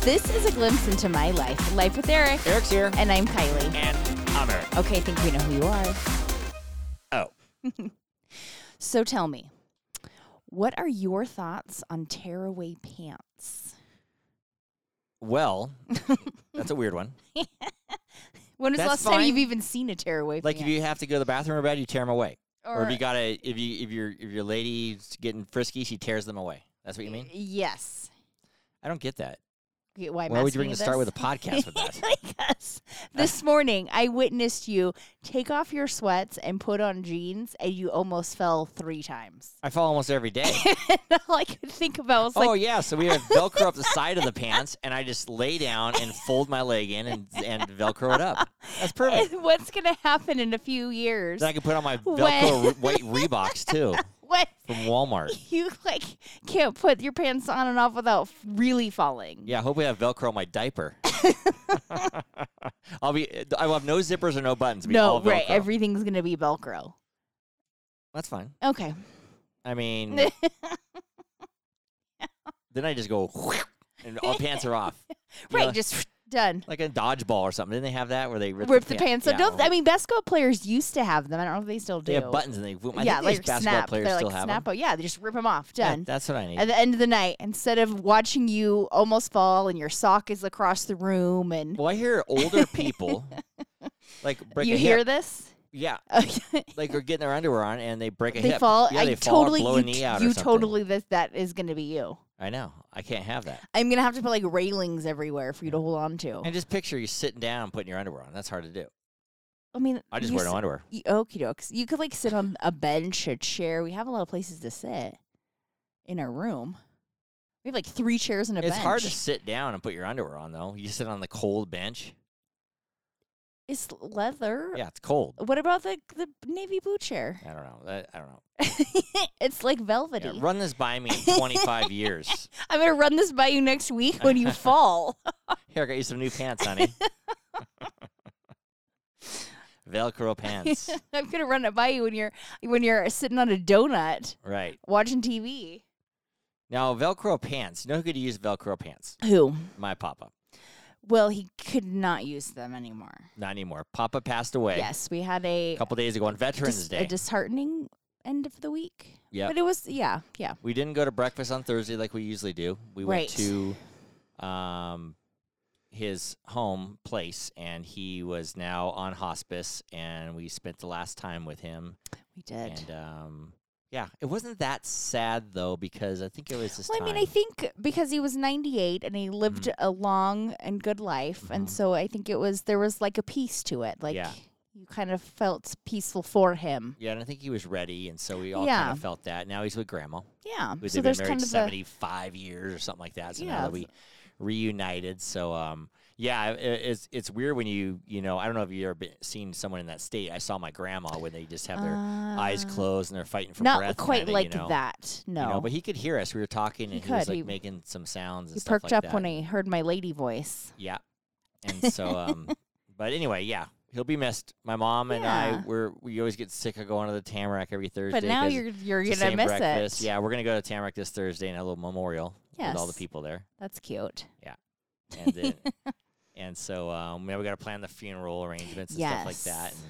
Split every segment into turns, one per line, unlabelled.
This is a glimpse into my life, Life with Eric.
Eric's here.
And I'm Kylie.
And I'm Eric.
Okay, I think we know who you are.
Oh.
So tell me, what are your thoughts on tearaway pants?
Well, that's a weird one.
When was the last
That's
time you've
fine.
even seen a tearaway
Like
pant?
if you have to go to the bathroom or bed, you tear them away. Or,
or,
if you gotta, if you if your if your lady's getting frisky, she tears them away. That's what you mean?
Yes.
I don't get that.
Okay, why am
Why would
asking
you bring
you
to start
this?
with a podcast with that?
because this morning I witnessed you take off your sweats and put on jeans, and you almost fell three times.
I fall almost every day.
and all I could think about was
oh
like,
yeah, so we have Velcro up the side of the pants, and I just lay down and fold my leg in and and Velcro it up. That's perfect.
what's going to happen in a few years
Then I can put on my
When-
Velcro re- white Reeboks too
when
from Walmart.
you like can't put your pants on and off without f- really falling?
Yeah, I hope we have Velcro on my diaper. I'll be. I will have no zippers or no buttons. It'll Be
No,
all
right.
Velcro.
Everything's going to be Velcro.
That's fine.
Okay.
I mean, then I just go and all pants are off. You
right.
know,
Just done.
like a dodgeball or something. Didn't they have that where they rip,
Rip the pants.
Yeah,
up. Don't,
well,
I mean, basketball players used to have them. I don't know if they still do.
they have buttons and they. whoop. I
yeah,
think
like
these basketball
snap.
players
They're
still
like
have
snap.
them.
Oh yeah, they just rip them off.
Yeah,
Done.
that's what I need.
At the end of the night, instead of watching you almost fall and your sock is across the room, and
well, I hear older people like break
you
a
hear
hip.
this,
Yeah,
Okay.
like they're getting their underwear on and they break a
they
hip.
fall.
Yeah,
I
they fall or
totally,
blow
you,
a knee out or
you
something.
totally that that is going to be you.
I know. I can't have that.
I'm gonna have to put like railings everywhere for you to hold on to.
And just picture you sitting down and putting your underwear on. That's hard to do.
I mean,
I just
you
wear
s-
no underwear.
you- Okie dokes. You could like sit on a bench, a chair. We have a lot of places to sit in our room. We have like three chairs and a
It's
bench.
hard to sit down and put your underwear on though. You sit on the cold bench.
It's leather.
Yeah, it's cold.
What about the the navy blue chair?
I don't know. That- I don't know.
it's like velvety.
Yeah, run this by me in 25 years.
I'm gonna run this by you next week when you fall.
Here, I got you some new pants, honey. Velcro pants.
I'm gonna run it by you when you're when you're sitting on a donut
Right.
watching TV.
Now, Velcro pants. You know who could use Velcro pants?
Who?
My papa.
Well, he could not use them anymore.
Not anymore. Papa passed away
Yes, we had a
a couple days ago on Veterans
dis-
Day.
a disheartening end of the week.
Yep.
but it was yeah, yeah.
We didn't go to breakfast on Thursday like we usually do. We
Right.
went to um, his home place, and he was now on hospice, and we spent the last time with him.
We did.
And um, yeah, it wasn't that sad though because I think it was his
well, I
time. Mm-hmm.
mean, I think because he was 98 and he lived a long and good life, and
Mhm.
so I think it was there was like a peace to it. Like
Yeah.
you kind of felt peaceful for him.
yeah, and I think he was ready, and so we all kind
Yeah.
of felt that. Now he's with grandma.
Yeah.
Who
so
they've been
there's
married
kind of a
75 years or something like that. So
Yeah,
now that we reunited. So, um, yeah, i- i- it's it's weird when you, you know, I don't know if you've ever been, seen someone in that state. I saw my grandma when they just have their eyes
Uh,
closed and they're fighting for
Not
breath.
quite
kinda,
like
you know?
that.
You
No.
know, but he could hear us. We were talking
He
and he, was
could.
like
He-
making some sounds and
he
stuff
perked
like
up
that.
when he heard my lady voice.
Yeah. And so, um, but anyway, yeah, he'll be missed. My mom and
Yeah.
I, we're, we always get sick of going to the Tamarack every Thursday.
But now
'cause
you're you're
it's the
gonna
same
miss
breakfast.
it.
Yeah, we're going to go to Tamarack this Thursday and have a little memorial with all the
Yes.
people there.
That's cute.
and then, and so um, yeah, we got to plan the funeral arrangements and stuff like that.
Yes.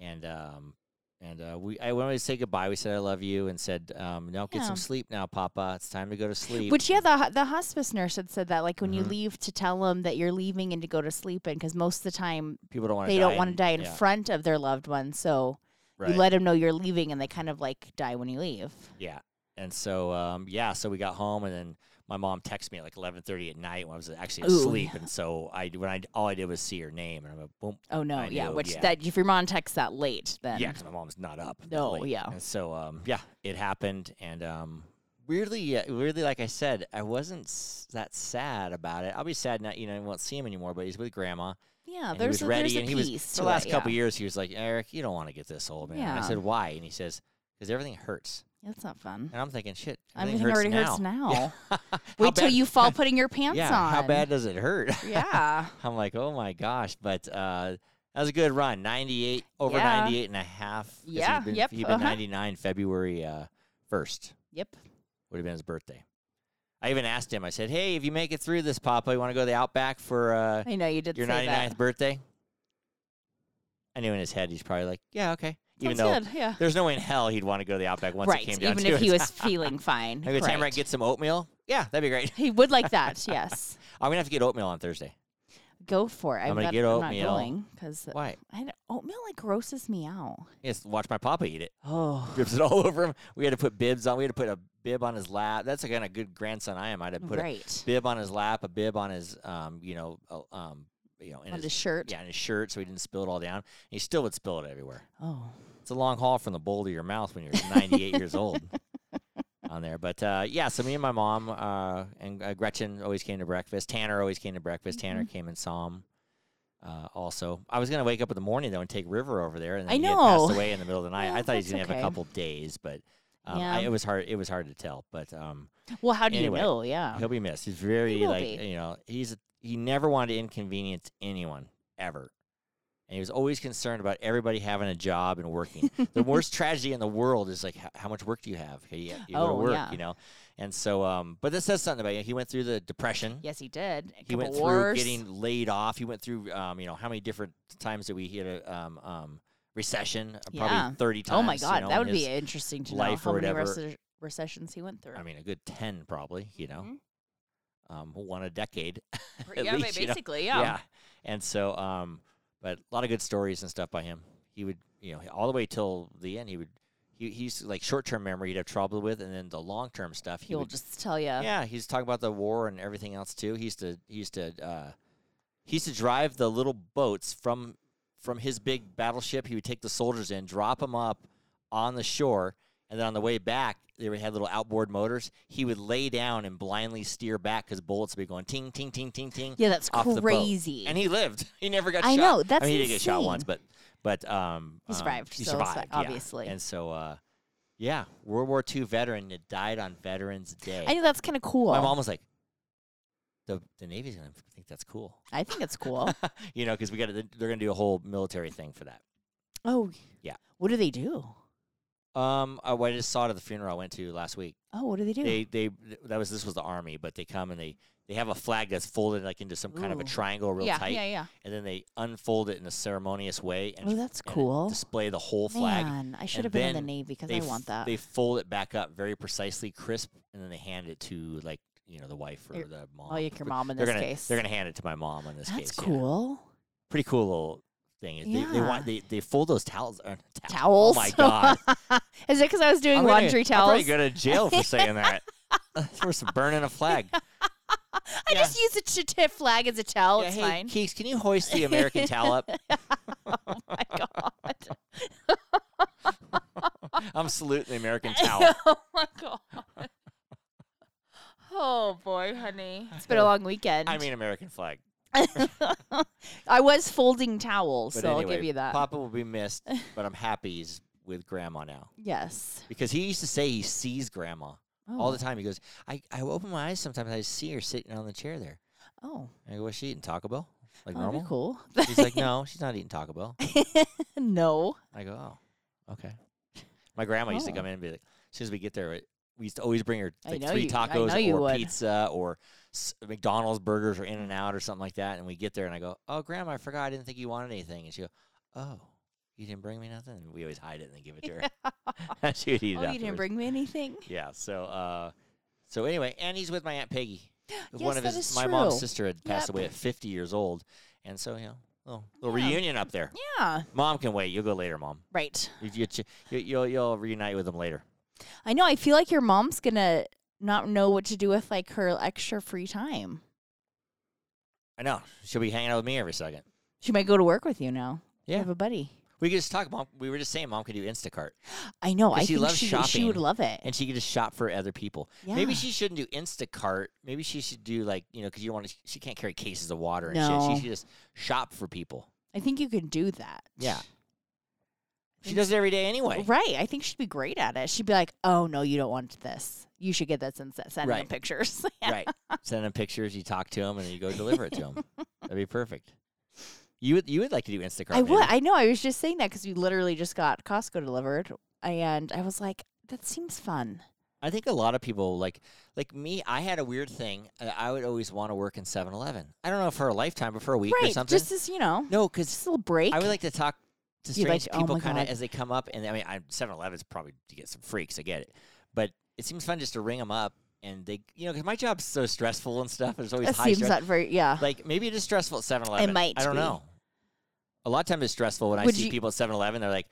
And, and um, and uh, we I wanted to say goodbye. We said I love you and said um, now get
Yeah.
some sleep now, Papa. It's time to go to sleep.
Which yeah, the ho- the hospice nurse had said that like when you
Mhm.
leave to tell them that you're leaving and to go to sleep in because most of the time
people don't want
they don't want to die in
yeah,
front of their loved one, so
Right.
you let them know you're leaving and they kind of like die when you leave.
yeah. And so um, yeah, so we got home and then my mom texted me at like eleven thirty at night when I was actually
Ooh.
asleep. And so I when I all I did was see her name and I'm like boom.
Oh no,
I
yeah.
know,
Which
yeah.
that if your mom texts that late, then
Yeah, because my mom's not up. that
No,
late.
yeah.
And so, um, yeah, it happened, and um, weirdly, yeah, weirdly, like I said, I wasn't s- that sad about it. I'll be sad now, you know, I won't see him anymore. But he's with grandma.
yeah.
and he
Oh, There's
was
a,
ready,
there's a
and he
piece
was
to
the last
it,
couple
yeah.
years. He was like, Eric, you don't want to get this old, man. And
Yeah.
I said, why? And he says, because everything hurts.
That's not fun.
And I'm thinking, shit,
Everything
hurts
already
now.
hurts now.
Yeah. How
Wait till
bad-
you fall putting your pants
yeah,
on.
how bad does it hurt?
Yeah.
I'm like, oh my gosh, but uh, that was a good run. 98, over
Yeah.
98 and a half. 'cause
Yeah,
He'd been,
yep,
He'd been
uh-huh.
99 February uh, 1st,
yep.
would have been his birthday. I I even asked him. I said, "Hey, if you make it through this, Papa, you want to go to the Outback for uh,
I know you did
your
say
99th
that.
birthday?" I knew in his head he's probably like, "Yeah, okay." Even though
Sounds good. Yeah.
there's no way in hell he'd want to go to the Outback once
right.
it came down
Even
to
if
it.
he was feeling fine.
Maybe the time where I
right.
get some oatmeal. Yeah, that'd be great.
He would like that. Yes.
I'm gonna have to get oatmeal on Thursday.
Go for it.
I'm
I'm,
gonna
not,
get
I'm
oatmeal.
not going because
Why?
oatmeal like grosses me out.
Yes, watch my Papa eat it.
Oh.
Drips it all over him. We had to put bibs on. We had to put a bib on his lap. That's the kind of good grandson I am. I had to put a
Right.
bib on his lap, a bib on his, um, you know, uh, um, you know, in
On
his,
his shirt.
yeah, in his shirt, so he didn't spill it all down. He still would spill it everywhere.
Oh.
It's a long haul from the bowl to your mouth when you're 98 years old on there. But uh, yeah, so me and my mom uh, and uh, Gretchen always came to breakfast. Tanner always came to breakfast. Tanner
Mm-hmm.
came and saw him. Uh, also, I was gonna wake up in the morning though and take River over there, and then
I
he had passed
know.
away in the middle of the night. I
Well,
thought he was
that's
gonna have a
okay.
couple days, but um,
Yeah.
I, it was hard. It was hard to tell, but um,
Well, how do
Anyway,
you know? Yeah.
he'll be missed. He's very
Um, He will
like
be.
you know he's a, he never wanted to inconvenience anyone ever, and he was always concerned about everybody having a job and working. the worst tragedy in the world is like how, how much work do you have? Okay, you, you go to
Oh,
work,
yeah.
you know, and so um, but this says something about you. He went through the depression.
Yes, he did. A
He went
couple
through
wars.
getting laid off. He went through, um, you know, how many different times did we hit a um, um, recession? Probably
Yeah.
thirty times.
Oh my
you
God,
know,
that
in
would be
his-
interesting to know
life
how
or
many
whatever.
rece- recessions he went through.
I mean, a good ten probably. You know,
Mhm.
um, one a decade.
Pre-
at
yeah, but
least, you know.
basically,
yeah.
yeah.
And so, um, but a lot of good stories and stuff by him. He would, you know, all the way till the end, he would, he, he's like short term memory he'd have trouble with, and then the long term stuff, he
He'll
would,
just tell you.
yeah, he's talking about the war and everything else too. He used to, he used to, uh, he used to drive the little boats from, from his big battleship. He would take the soldiers in, drop them up on the shore, and then on the way back, they would have little outboard motors. He would lay down and blindly steer back because bullets would be going ting, ting, ting, ting, ting.
Yeah, that's
Off the boat.
crazy.
And he lived. He never got
I
shot.
know, that's
I mean, he did get shot
insane.
once, but but um,
He
um,
survived,
he
so it's
survived,
like-
yeah.
obviously.
And so, uh, yeah, World War II veteran that died on Veterans Day.
I think that's kind of cool.
My mom was like, "the the Navy's gonna think that's cool,"
I think it's cool.
you know, because we got they're gonna do a whole military thing for that.
oh,
Yeah.
What do they do?
Um, I, well, I just saw it at the funeral I went to last week.
Oh, what do they do?
They they that was this was the army, but they come and they they have a flag that's folded like into some kind of a
Ooh.
triangle, real
yeah,
tight,
yeah, yeah.
and then they unfold it in a ceremonious way and
Oh, that's
and
cool.
display the whole flag.
Man, I should
and
have been in the
then
Navy because
they
I
f-
want that.
They fold it back up very precisely, crisp, and then they hand it to like you know the wife or
Your-
the mom.
oh, like your mom in
they're
this
gonna
case.
they're gonna hand it to my mom in this
that's
case. yeah.
cool.
Pretty cool little thing. They, they want they, they fold those towels. Uh,
Towels.
Oh my god!
Is it because I was doing
I'm gonna-
laundry
I'm
towels?
probably go to jail for saying that. for some burning a flag.
I
Yeah.
just use a ch- ch- flag as a towel.
Yeah,
it's
hey,
fine.
Keeks, can you hoist the American towel up?
oh my god.
I'm saluting the American towel.
oh my god. Oh boy, honey. It's been a long weekend.
I mean American flag.
I was folding towels,
But
so
anyway,
I'll give you that.
Papa will be missed, but I'm happy he's with Grandma now.
yes.
because he used to say he sees grandma
Oh.
all the time. He goes, I, I open my eyes sometimes I see her sitting on the chair there.
Oh,
And I go, What's she eating Taco Bell? Like
that'd be
normal?
cool.
He's like, No, she's not eating Taco Bell.
no.
I go, Oh, okay. My grandma used to
Oh.
come in and be like, as soon as we get there, it- we used to always bring her
I
like
know
three
you- I
tacos
know you
or
would.
pizza or s- McDonald's burgers or In and Out or something like that. And we get there and I go, Oh, grandma, I forgot. I didn't think you wanted anything. And she go, Oh, you didn't bring me nothing? And we always hide it and then give it to her. she would eat it
Oh, you didn't
afterwards.
bring me anything?
Yeah. So, uh, so anyway, and he's with my aunt Peggy. One
Yes,
of
that
his,
is
my mom's
true.
sister had passed
Yep.
away at 50 years old, and so you know, little, little
Yeah.
reunion up there.
Yeah.
Mom can wait. You'll go later, mom.
Right.
You, you, ch- you, you'll you'll reunite with them later.
I know. I feel like your mom's gonna not know what to do with like her extra free time.
I know. She'll be hanging out with me every second.
She might go to work with you now.
Yeah.
You have a buddy.
We could just talk, mom. We were just saying, mom could do Instacart,
I know.
'Cause
I
she
think
loves
she, she would
shopping,
love it.
and she could just shop for other people. Maybe
Yeah.
she shouldn't do Instacart. Maybe she should do like you know, because you don't want to. She can't carry cases of water and shit.
No.
She should just shop for people.
I think you can do that.
Yeah. She does it every day anyway.
Right. I think she'd be great at it. She'd be like, "Oh no, you don't want this. You should get this and s- send me
Right.
pictures."
Right. Send them pictures. You talk to them, and then you go deliver it to them. That'd be perfect. You would you would like to do Instacart?
I would.
maybe.
I know. I was just saying that because we literally just got Costco delivered, and I was like, "That seems fun."
I I think a lot of people like like me. I had a weird thing. uh, I would always want to work in 7-Eleven. I don't know for a lifetime, but for a week or
right.
something.
Just as you know,
no, because
just a little break.
I would like to talk to
You'd like
strange
to- oh
people
my
kind of
God.
as they come up. And I mean, I, 7-Eleven is probably to get some freaks. I get it, but it seems fun just to ring them up and they, you know, because my job's so stressful and stuff. There's always
that
high
seems
stress.
not very. Yeah.
like maybe it is stressful at 7-Eleven.
might
I don't
be.
know. A lot of times it's stressful when I
Would
see
you-
people at 7-Eleven. They're like,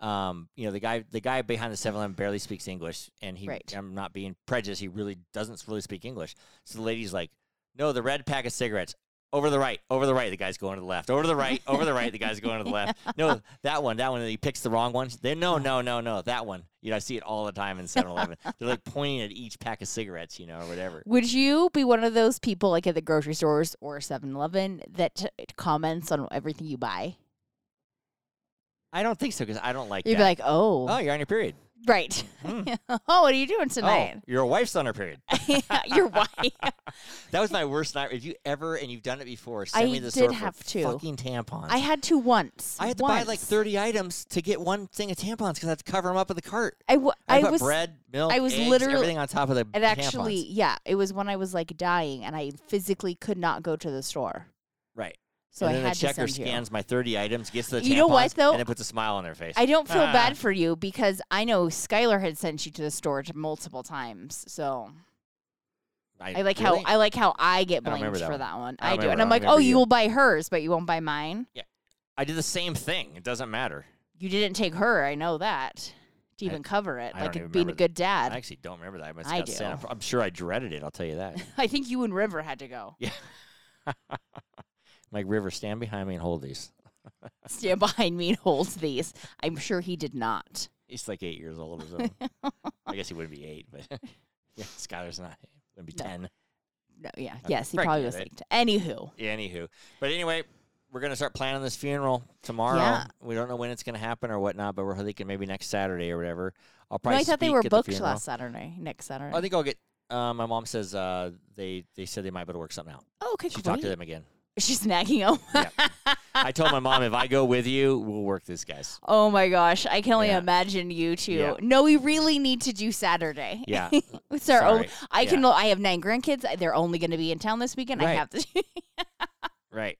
um, you know, the guy the guy behind the 7-Eleven barely speaks English, and he
Right.
I'm not being prejudiced. He really doesn't really speak English. So the lady's like, no, the red pack of cigarettes. Over the right, over the right, the guy's going to the left. Over the right, over the right, the guy's going to the left. No, that one, that one. and he picks the wrong one. They no, no, no, no, that one. You know, I see it all the time in 7-Eleven. They're like pointing at each pack of cigarettes, you know, or whatever.
Would you be one of those people, like at the grocery stores or 7 Eleven, that t- comments on everything you buy?
I don't think so because I don't like
You'd
that.
be like, oh,
oh, you're on your period.
right.
Hmm.
oh, what are you doing tonight?
Oh, your wife's on her period.
Your wife.
That was my worst night. If you ever and you've done it before,
I
send me the store
did
for
have to.
fucking tampons.
I had to once.
I had to buy like
once.
thirty items to get one thing of tampons because I had to cover them up with a cart.
I, w-
I,
I
put
was
bread, milk,
I was
eggs,
literally-
everything on top of the
It
tampons.
actually, yeah, it was when I was like dying and I physically could not go to the store.
right.
So
and
I
then
had
the
to
checker
send you.
scans my thirty items, gets to the
You know what,
tampons,
though?
and it puts a smile on their face.
I don't feel
Ah.
bad for you because I know Skylar had sent you to the store t- multiple times. So I like how
really?
I like how I get
I don't
blamed
remember that
for
one.
that one.
I
I,
don't
do, and
remember-
I'm
I
like,
don't
oh,
remember
you.
you.
will buy hers, but you won't buy mine.
I did the same thing. It doesn't matter.
You didn't take her. I know that to
I-
even cover it,
I
like it
don't even
being a
remember
good
I
dad. I,
actually don't remember that. I must
I
have got sent
do.
up- I'm sure I dreaded it. I'll tell you that.
think you and River had to go
Mike River, stand behind me and hold these.
stand behind me and hold these. I'm sure he did not.
He's like eight years old or something. I guess he wouldn't be eight, but yeah, Skylar's not. Would be
No.
ten.
No, yeah, yes, he
Frank
probably
did
was.
it.
Like, anywho,
Anywho, but anyway, we're gonna start planning this funeral tomorrow.
Yeah.
We don't know when it's gonna happen or whatnot, but we're thinking maybe next Saturday or whatever. I'll
no,
probably.
I thought they
speak
were
at the
booked
funeral.
last Saturday, next Saturday.
I think I'll get. Uh, my mom says uh, they they said they might be able to work something out.
oh, okay,
She talked to
great.
them again.
She's nagging him.
Yeah. I told my mom if I go with you, we'll work this, guys.
Oh my gosh, I can only
Yeah.
imagine you two.
Yeah.
No, we really need to do Saturday.
Yeah,
it's our own.
sorry.
I
Yeah.
can. I have nine grandkids. I- They're only going to be in town this weekend. I
Right.
have to.
Right.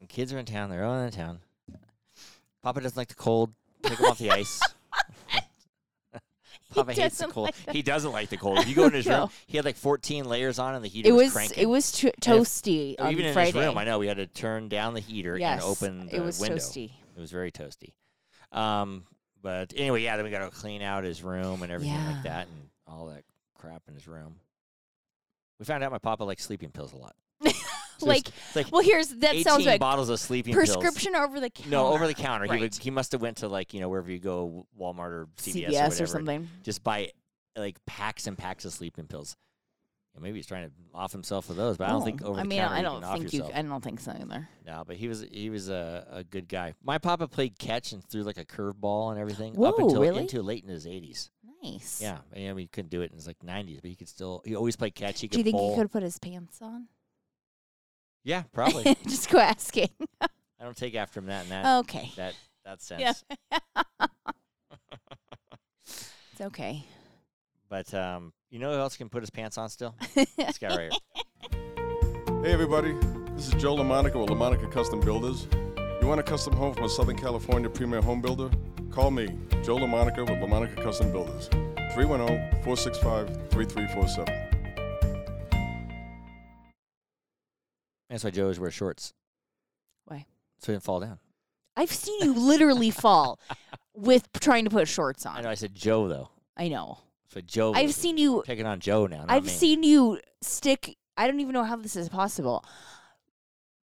And kids are in town. They're all in town. Papa doesn't like the cold. Take him off the ice. Papa hates the
doesn't
cold.
like the-
he doesn't like the cold. If you go in his room,
No.
he had like 14 layers on, and the heater
it was.
cranking.
It was to- toasty
Oh,
on
even in
Friday.
his room, I know we had to turn down the heater
yes,
and open the
it was
window.
toasty.
It was very toasty. Um, but anyway, yeah, then we got to clean out his room and everything
Yeah.
like that, and all that crap in his room. We found out my papa likes sleeping pills a lot. So it's-
Like-
it's like
Well, here's that
18
sounds like
bottles of sleeping pills.
prescription over the counter.
No, over the counter. He
Right.
would, he must have went to like you know wherever you go, Walmart or CVS, or,
CVS
whatever,
or something.
Just buy like packs and packs of sleeping pills. Yeah, maybe he's trying to off himself with those, but I don't think
Oh,
over
I
the
mean,
counter
I
you
don't
can off
think
yourself.
I don't think so either.
No, but he was he was a, a good guy. My papa played catch and threw like a curveball and everything up
Whoa,
until
really?
into late in his eighties.
Nice.
Yeah, I mean he couldn't do it in his like nineties, but he could still. He always played catch. He could
Do you think
bowl.
he could put his pants on?
Yeah, probably.
Just go asking.
I don't take after him that and that
Okay,
that that sense.
Oh. Yeah. it's okay.
But um, you know who else can put his pants on still?
That's
This guy right here.
Hey everybody, this is Joe LaMonica with LaMonica Custom Builders. You want a custom home from a Southern California premier home builder? Call me, Joe LaMonica with LaMonica Custom Builders, 310-465-3347.
That's why Joe always wears shorts.
Why?
So he didn't fall down.
I've seen you literally fall with p- trying to put shorts on.
I know. I said Joe though.
I know.
So Joe.
I've
was
seen you.
picking on Joe now. not
I've
me.
seen you stick. I don't even know how this is possible.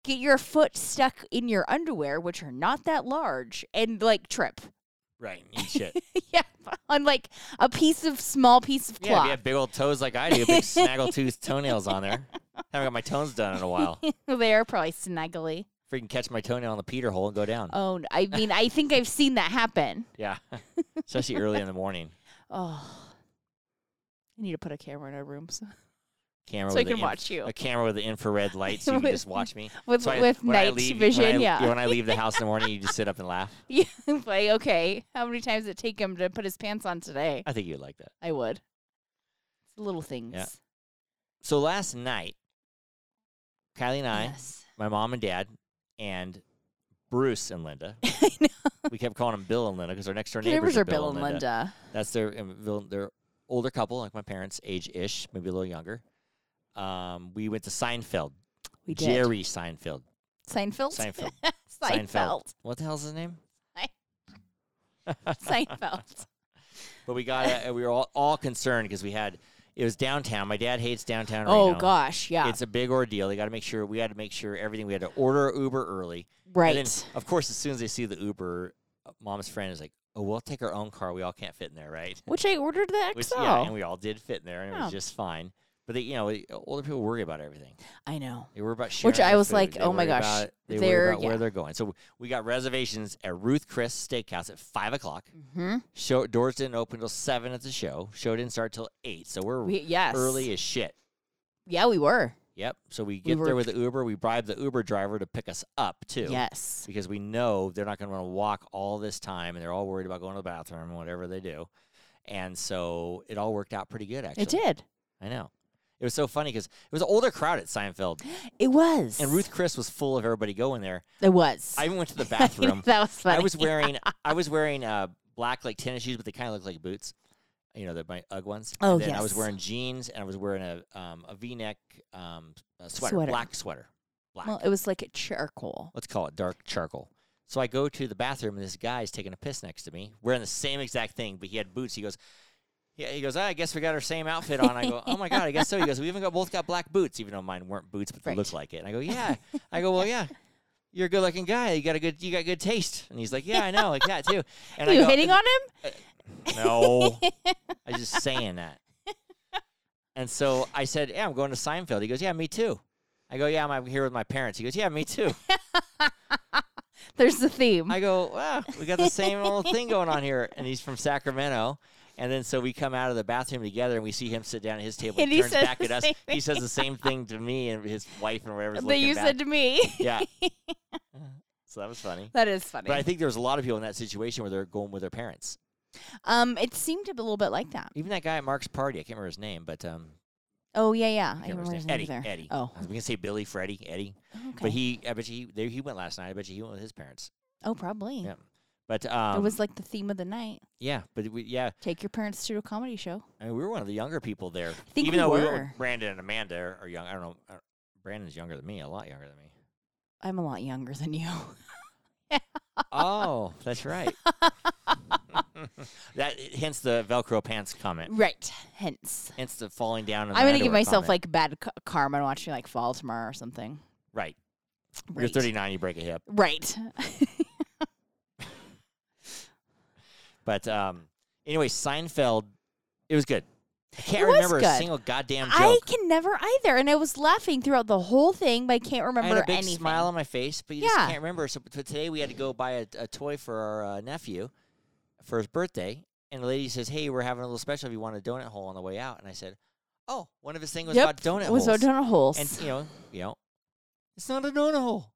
Get your foot stuck in your underwear, which are not that large, and like trip.
Right. Eat shit.
yeah, on like a piece of small piece of
yeah. If
cloth.
you have big old toes like I do, big snaggletooth toenails on there. Haven't got my toes done in a while.
they are probably snuggly.
Freaking catch my toenail on the Peter hole and go down.
Oh, n- I mean, I think I've seen that happen.
Yeah. Especially early in the morning.
Oh, I need to put a camera in our rooms
Camera.
so I
with
can
the
watch you
A camera with the infrared light, so you can
With-
just watch me.
with
So I-
with
when I
night
leave- when I-
vision. yeah.
When I leave the house in the morning, you just sit up and laugh.
Yeah, like okay, how many times did it take him to put his pants on today?
I think you'd like that.
I would. little things.
So last night, Kylie and I,
Yes.
my mom and dad, and Bruce and Linda.
I know.
we kept calling them Bill and Linda because our next door
Neighbors,
neighbors,
are Bill and Linda.
That's their um, Bill- their older couple, like my parents, age ish, maybe a little younger. Um, we went to Seinfeld.
We did.
Jerry Seinfeld.
Seinfeld.
Seinfeld.
Seinfeld.
What the hell's his name?
Seinfeld.
But we got uh, we were all, all concerned because we had it was downtown. My dad hates downtown.
oh
Reno.
gosh, yeah.
It's a big ordeal. They got to make sure we had to make sure everything. We had to order Uber early.
right.
And then, of course, as soon as they see the Uber, uh, mom's friend is like, "Oh, we'll take our own car. We all can't fit in there, right?"
Which I ordered the XL.
Which, yeah, and we all did fit in there, and it
Yeah.
was just fine. But they, you know, i- older people worry about everything.
I know.
They worry about sharing.
I
their
was like,
food. They
oh my
worry
gosh,
about- they
they're-
worry about
yeah.
where they're going. So w- we got reservations at Ruth Chris Steakhouse at five o'clock.
hmm
Show doors didn't open till seven at the show. Show didn't start till eight. So we're
We, yes.
early as shit.
Yeah, we were.
Yep. So we get
were-
there with the Uber. We bribe the Uber driver to pick us up too.
Yes.
Because we know they're not going to want to walk all this time, and they're all worried about going to the bathroom and whatever they do. And so it all worked out pretty good. Actually,
It did.
I know. It was so funny because it was an older crowd at Seinfeld,
It was.
and Ruth Chris was full of everybody going there.
It was.
I even went to the
I think
bathroom.
that was funny.
I was wearing I was wearing uh, black like tennis shoes, but they kind of look like boots. You know, they're my UGG ones.
Oh,
and then I was
yes.
wearing jeans and I was wearing a um, a V neck um, a sweater,
Sweater.
black sweater, black.
Well, it was like a charcoal.
Let's call it dark charcoal. So I go to the bathroom and this guy's taking a piss next to me, wearing the same exact thing, but he had boots. He goes. Yeah, he goes. "Ah, I guess we got our same outfit on. I go. Oh my god, I guess so. He goes. We even got both got black boots, even though mine weren't boots, but they
Right.
looked like it. And I go, yeah. I go, well, yeah. You're a good looking guy. You got a good. You got good taste. And he's like, yeah, I know, like that too. And
Are
I
you
go,
hitting on him?
no. I was just saying that. And so I said, Yeah, I'm going to Seinfeld. He goes, Yeah, me too. I go, Yeah, I'm here with my parents. He goes, Yeah, me too.
There's the theme.
I go, Wow, we got the same old thing going on here. And he's from Sacramento. And then so we come out of the bathroom together and we see him sit down at his table.
And
he
he
turns
says
back
the
at us.
same
He
thing.
says the same thing to me and his wife and whatever's
that
looking
you
back.
said to me.
yeah. so that was funny.
that is funny.
But I think there was a lot of people in that situation where they're going with their parents.
um, it seemed a little bit like that.
Even that guy at Mark's party, I can't remember his name, but um,
Oh yeah, yeah.
I
I
can't
remember his name
Eddie.
there.
Eddie.
Oh,
we can say Billy, Freddie, Eddie.
okay.
But he, I bet you he, there he went last night. I bet you he went with his parents.
oh, probably.
Yeah. But um,
it was like the theme of the night.
yeah, but we, yeah,
Take your parents to a comedy show.
I mean, we were one of the younger people there.
think
even
we
though we went
were.
with Brandon and Amanda are, are young. I don't know. uh, Brandon's younger than me, a lot younger than me.
I'm a lot younger than you.
oh, that's right. that hence the Velcro pants comment.
right. Hence,
Hence the falling down. in
I'm
the
gonna give
underwear
myself
comment.
like bad c- karma and watching like Fall Tomorrow or something.
right.
Right.
You're 39, you break a hip.
Right.
But um, anyway, Seinfeld, it was good. I can't
It was
remember a
good.
single goddamn joke.
I can never either, and I was laughing throughout the whole thing, but I can't
I
remember
had a big
anything.
smile on my face, but you just
Yeah.
can't remember. So, so today we had to go buy a, a toy for our uh, nephew for his birthday, and the lady says, "Hey, we're having a little special. If you want a donut hole on the way out," and I said, "Oh, one of his thing was
Yep,
about donut
It was
holes."
donut holes.
and you know, you know, it's not a donut hole.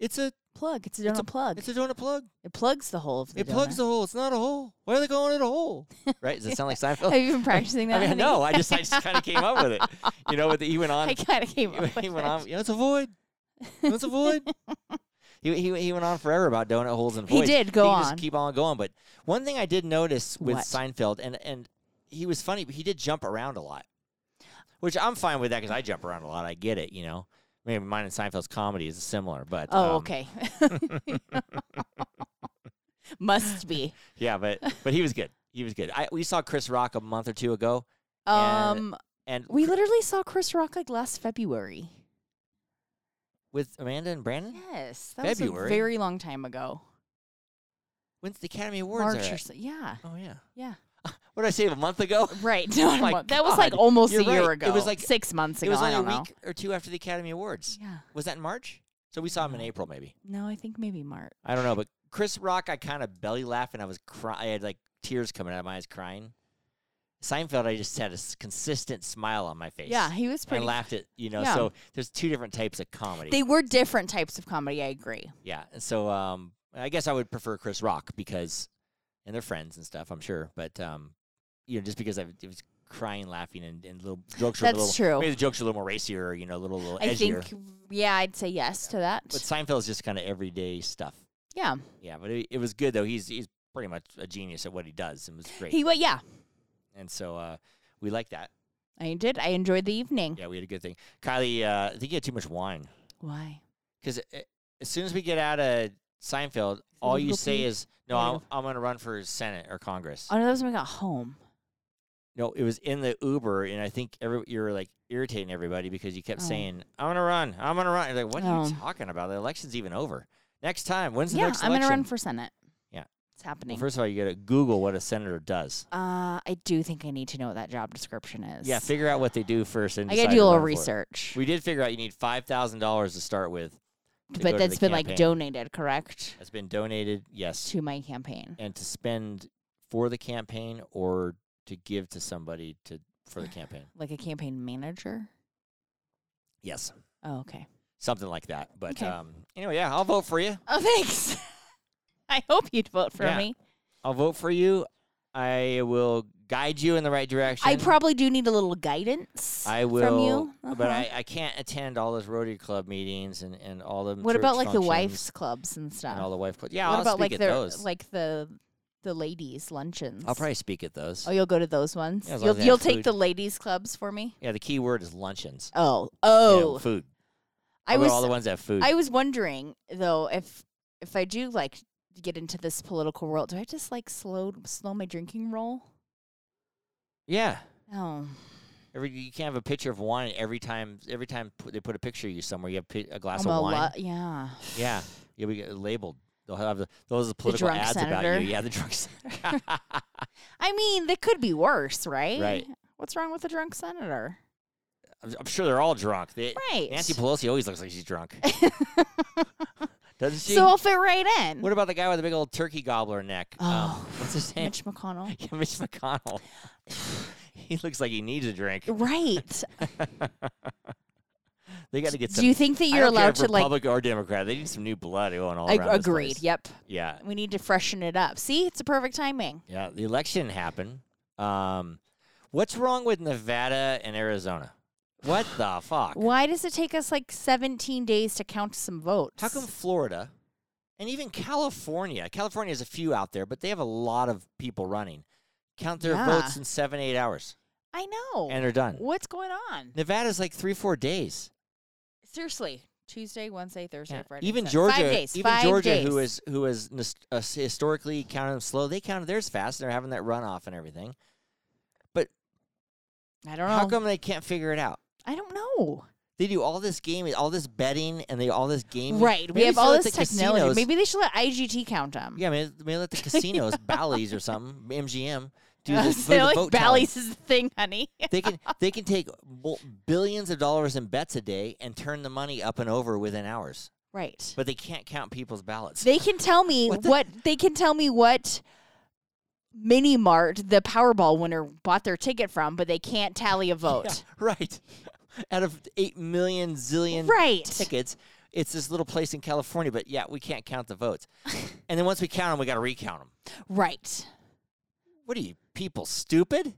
It's a
plug. It's a donut
a-
plug.
it's a donut plug.
it plugs the hole of the
It plugs the hole. It's not a hole. Why are they calling it a hole? Right? Does it sound like Seinfeld?
Have you been practicing that?
I mean,
honey?
no, I just I just kind of came up with it. You know, but he went on.
I kind of came up with
he
it.
went on. You know, it's a void. You know, it's a void. he, he he went on forever about donut holes and
He
voids.
did go
he could
on.
Just keep on going. But one thing I did notice with
What?
Seinfeld, and and he was funny, but he did jump around a lot, which I'm fine with that because I jump around a lot. I get it. You know, maybe mine and Seinfeld's comedy is similar, but
Oh,
um,
okay. Oh, Must be.
yeah, but but he was good. He was good. I, we saw Chris Rock a month or two ago, And-
Um,
and
we literally saw Chris Rock like last February.
with Amanda and Brandon.
Yes, that was
February?
a very long time ago.
When's the Academy Awards? are
March
at?
or so. Yeah,
Oh yeah.
yeah.
What did I say? A month ago?
Right. Not a
Oh, my
month. That was like
God,
almost
you're
a year
right.
ago.
It was like-
six months
It
ago.
was
I
only a
don't
week
know.
or two after the Academy Awards.
Yeah.
Was that in March? So we saw him in April, maybe.
No, I think maybe March.
I don't know, but Chris Rock, I kind of belly laughed and I was crying. I had like tears coming out of my eyes, crying. Seinfeld, I just had a s- consistent smile on my face.
Yeah, he was
and
pretty.
laughed at you know.
yeah.
So there's two different types of comedy.
They were different types of comedy. I agree.
yeah, and so um, I guess I would prefer Chris Rock because, and they're friends and stuff, I'm sure. But um, you know, just because I've it was crying, laughing, and, and little jokes are a
That's
little
true.
Maybe the jokes are a little more racier, you know, a little little
I
edgier.
think, yeah, I'd say yes to that.
But Seinfeld's just kind of everyday stuff.
yeah,
Yeah, but it, it was good though. He's he's pretty much a genius at what he does, and was great.
he. Well, yeah,
and so uh, we like that.
I did. I enjoyed the evening.
Yeah, we had a good thing. Kylie, uh, I think you had too much wine
Why?
because as soon as we get out of Seinfeld, all
you
you
go
say
pee?
is, "No,
Kind
I'm,
of.
I'm going to run for Senate or Congress."
Oh no, that was when we got home.
No, it was in the Uber, and I think every you were like irritating everybody because you kept
Oh.
saying, "I'm gonna run, I'm gonna run." You're like, "What are you
Oh.
talking about? The election's even over. Next time, when's the
yeah,
next
I'm
election?"
gonna run for senate.
Yeah.
it's happening.
Well, first of all, you gotta Google what a senator does.
uh, I do think I need to know what that job description is.
Yeah, figure out what they do first, and
I gotta
decide
do
to
a little
run for it.
research.
We did figure out you need five thousand dollars to start with. to go
but
to
that's
the
been like
campaign.
donated, correct,
That's been donated, yes,
to my campaign.
and to spend for the campaign or to give to somebody to for the campaign.
Like a campaign manager.
Yes,
Oh, okay.
something like that. But
Okay.
um, anyway, yeah, I'll vote for you.
Oh, thanks. I hope you'd vote for
Yeah.
me.
I'll vote for you. I will guide you in the right direction.
I probably do need a little guidance.
I will,
from you.
but
Uh-huh.
I, I can't attend all those Rotary Club meetings and and all the
What about
church
like the
functions
wives clubs and stuff?
and all the wife clubs? Yeah,
what
I'll
about
speak
like
at
the
those.
like the the ladies luncheons?
I'll probably speak at those.
Oh, you'll go to those ones.
Yeah, as long
you'll
as they have
you'll take
food.
the ladies clubs for me.
yeah, the key word is luncheons.
Oh,
Yeah,
oh.
food.
I
I'll go to
was
all the ones that have food.
I was wondering though if if I do like get into this political world, do I just like slow slow my drinking roll?
yeah,
Oh,
every you can't have a picture of wine every time. Every time pu- they put a picture of you somewhere, you have pi- a glass
I'm a
of wine.
lo- yeah.
yeah, you'll be labeled. They'll have the those are the political
drunk
ads
senator.
about you. Yeah, the drunk senator.
I mean, they could be worse, right?
Right.
What's wrong with a drunk senator?
I'm, I'm sure they're all drunk. They,
Right.
Nancy Pelosi always looks like she's drunk, doesn't she?
so I'll fit right in.
what about the guy with the big old turkey gobbler neck? Um,
Oh,
what's his name?
Mitch McConnell.
Yeah, Mitch McConnell. he looks like he needs a drink.
Right.
They got to get some.
Do you think that
I
you're
don't care
allowed
if
to like?
Republican or Democrat. They need some new blood going all
I,
around. this
agreed.
place.
Yep.
Yeah,
We need to freshen it up. See, it's a perfect timing.
yeah. The election happened. Um, what's wrong with Nevada and Arizona? What the fuck?
Why does it take us like 17 days to count some votes?
How come Florida and even California? California has a few out there, but they have a lot of people running. Count their
Yeah. Oh.
votes in seven, eight hours,
I know.
and they're done.
What's going on?
Nevada's like three, four days.
Seriously, Tuesday, Wednesday, Thursday,
Yeah.
Friday.
Even
Saturday.
Georgia,
Five days.
even
five
Georgia,
days.
who is who is nis- uh, s- historically counted them slow, they counted theirs fast, and they're having that runoff and everything.
I don't know.
How come they can't figure it out?
I don't know.
They do all this game, all this betting, and they all this game.
Right. We
Maybe
have
so
all
that
this
the
technology.
casinos-
Maybe they should let IGT count them.
Yeah, maybe, maybe let the casinos, Bally's or something, MGM, do the, do
they
the
like
vote tallying.
Bally's is the thing, honey.
they can they can take mul- billions of dollars in bets a day and turn the money up and over within hours,
right.
but they can't count people's ballots.
They can tell me what,
What the-
they can tell me what mini mart the Powerball winner bought their ticket from, but they can't tally a vote.
Yeah, right. Out of eight million zillion
Right.
tickets, it's this little place in California, but yeah, we can't count the votes. and then once we count them, we got to recount them.
Right.
What are you people stupid?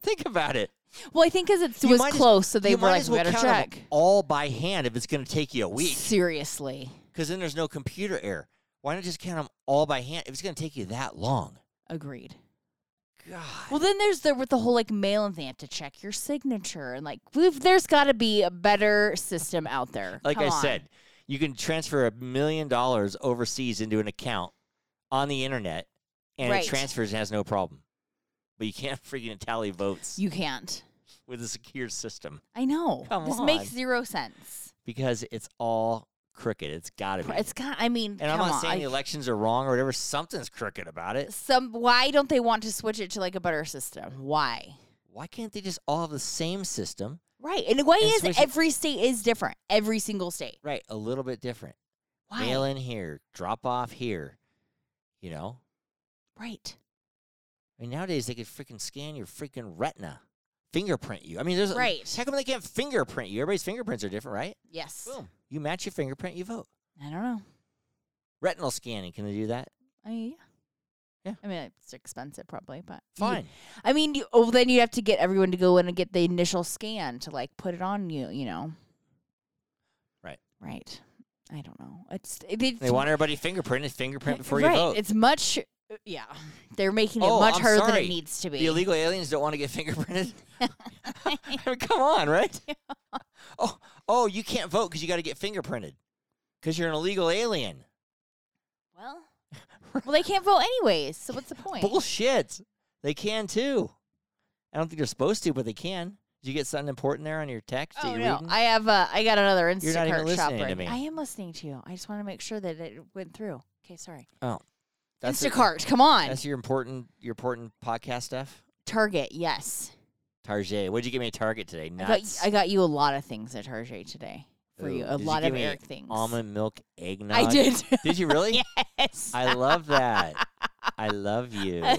Think about it.
Well, I think because it
You
was
might as-
close, so they
you
were
might
like,
as
we
well
better
count 'em
check.
all by hand if it's going to take you a week,
Seriously.
because then there's no computer error. Why not just count them all by hand if it's going to take you that long?
Agreed.
God.
Well, then there's the with the whole like mail and they have to check your signature and like we've there's got to be a better system out there.
like
Come
I
on.
said, you can transfer a million dollars overseas into an account on the internet, and
Right.
it transfers and has no problem. But you can't freaking tally votes
you can't.
with a secure system
I know
Come
this makes
on.
zero sense.
because it's all crooked. It's got to be.
It's got. I mean,
and I'm
come
not
on.
saying
I-
the elections are wrong or whatever. Something's crooked about it.
some why don't they want to switch it to like a better system? Why?
Why can't they just all have the same system?
Right. And why
And
is
switch it-
every state is different? Every single state.
Right, a little bit different.
Why?
Mail in here, drop off here. You know,
Right.
I mean, nowadays they could freaking scan your freaking retina, fingerprint you. I mean, there's
Right.
How come they can't fingerprint you? Everybody's fingerprints are different, right?
Yes.
Boom. You match your fingerprint, you vote.
I don't know.
Retinal scanning, can they do that?
I mean, yeah.
Yeah.
I mean, it's expensive probably, but you-
Fine.
I mean, you, oh, then you have to get everyone to go in and get the initial scan to like put it on you, you know.
Right.
Right. I don't know. It's it- it's
They want everybody fingerprinted. Fingerprint before
right.
you vote.
It's much uh, yeah. They're making it
Oh,
much
I'm
harder than
sorry.
it needs to be.
the illegal aliens don't want to get fingerprinted. I mean, come on, right? Oh, oh, you can't vote because you got to get fingerprinted because you're an illegal alien.
well, well, they can't vote anyways, so what's the point?
Bullshit. They can too. I don't think they're supposed to, but they can. Did you get something important there on your text? that
Oh
you're
no!
reading?
I have. Uh, I got another Instacart
You're not even
shop.
listening to
right-
me.
I am listening to you. I just want to make sure that it went through. Okay, sorry.
That's your-
Instacart, come on.
That's your important, your important podcast stuff.
Target, yes.
Target. What'd you give me at Target today?
I got,
Nuts.
I got you a lot of things at Target today for
Ooh,
you. A
did you
lot
give
of
me
Eric things.
Almond milk eggnog.
I did.
Did you really?
yes.
I love that. I love you.
I,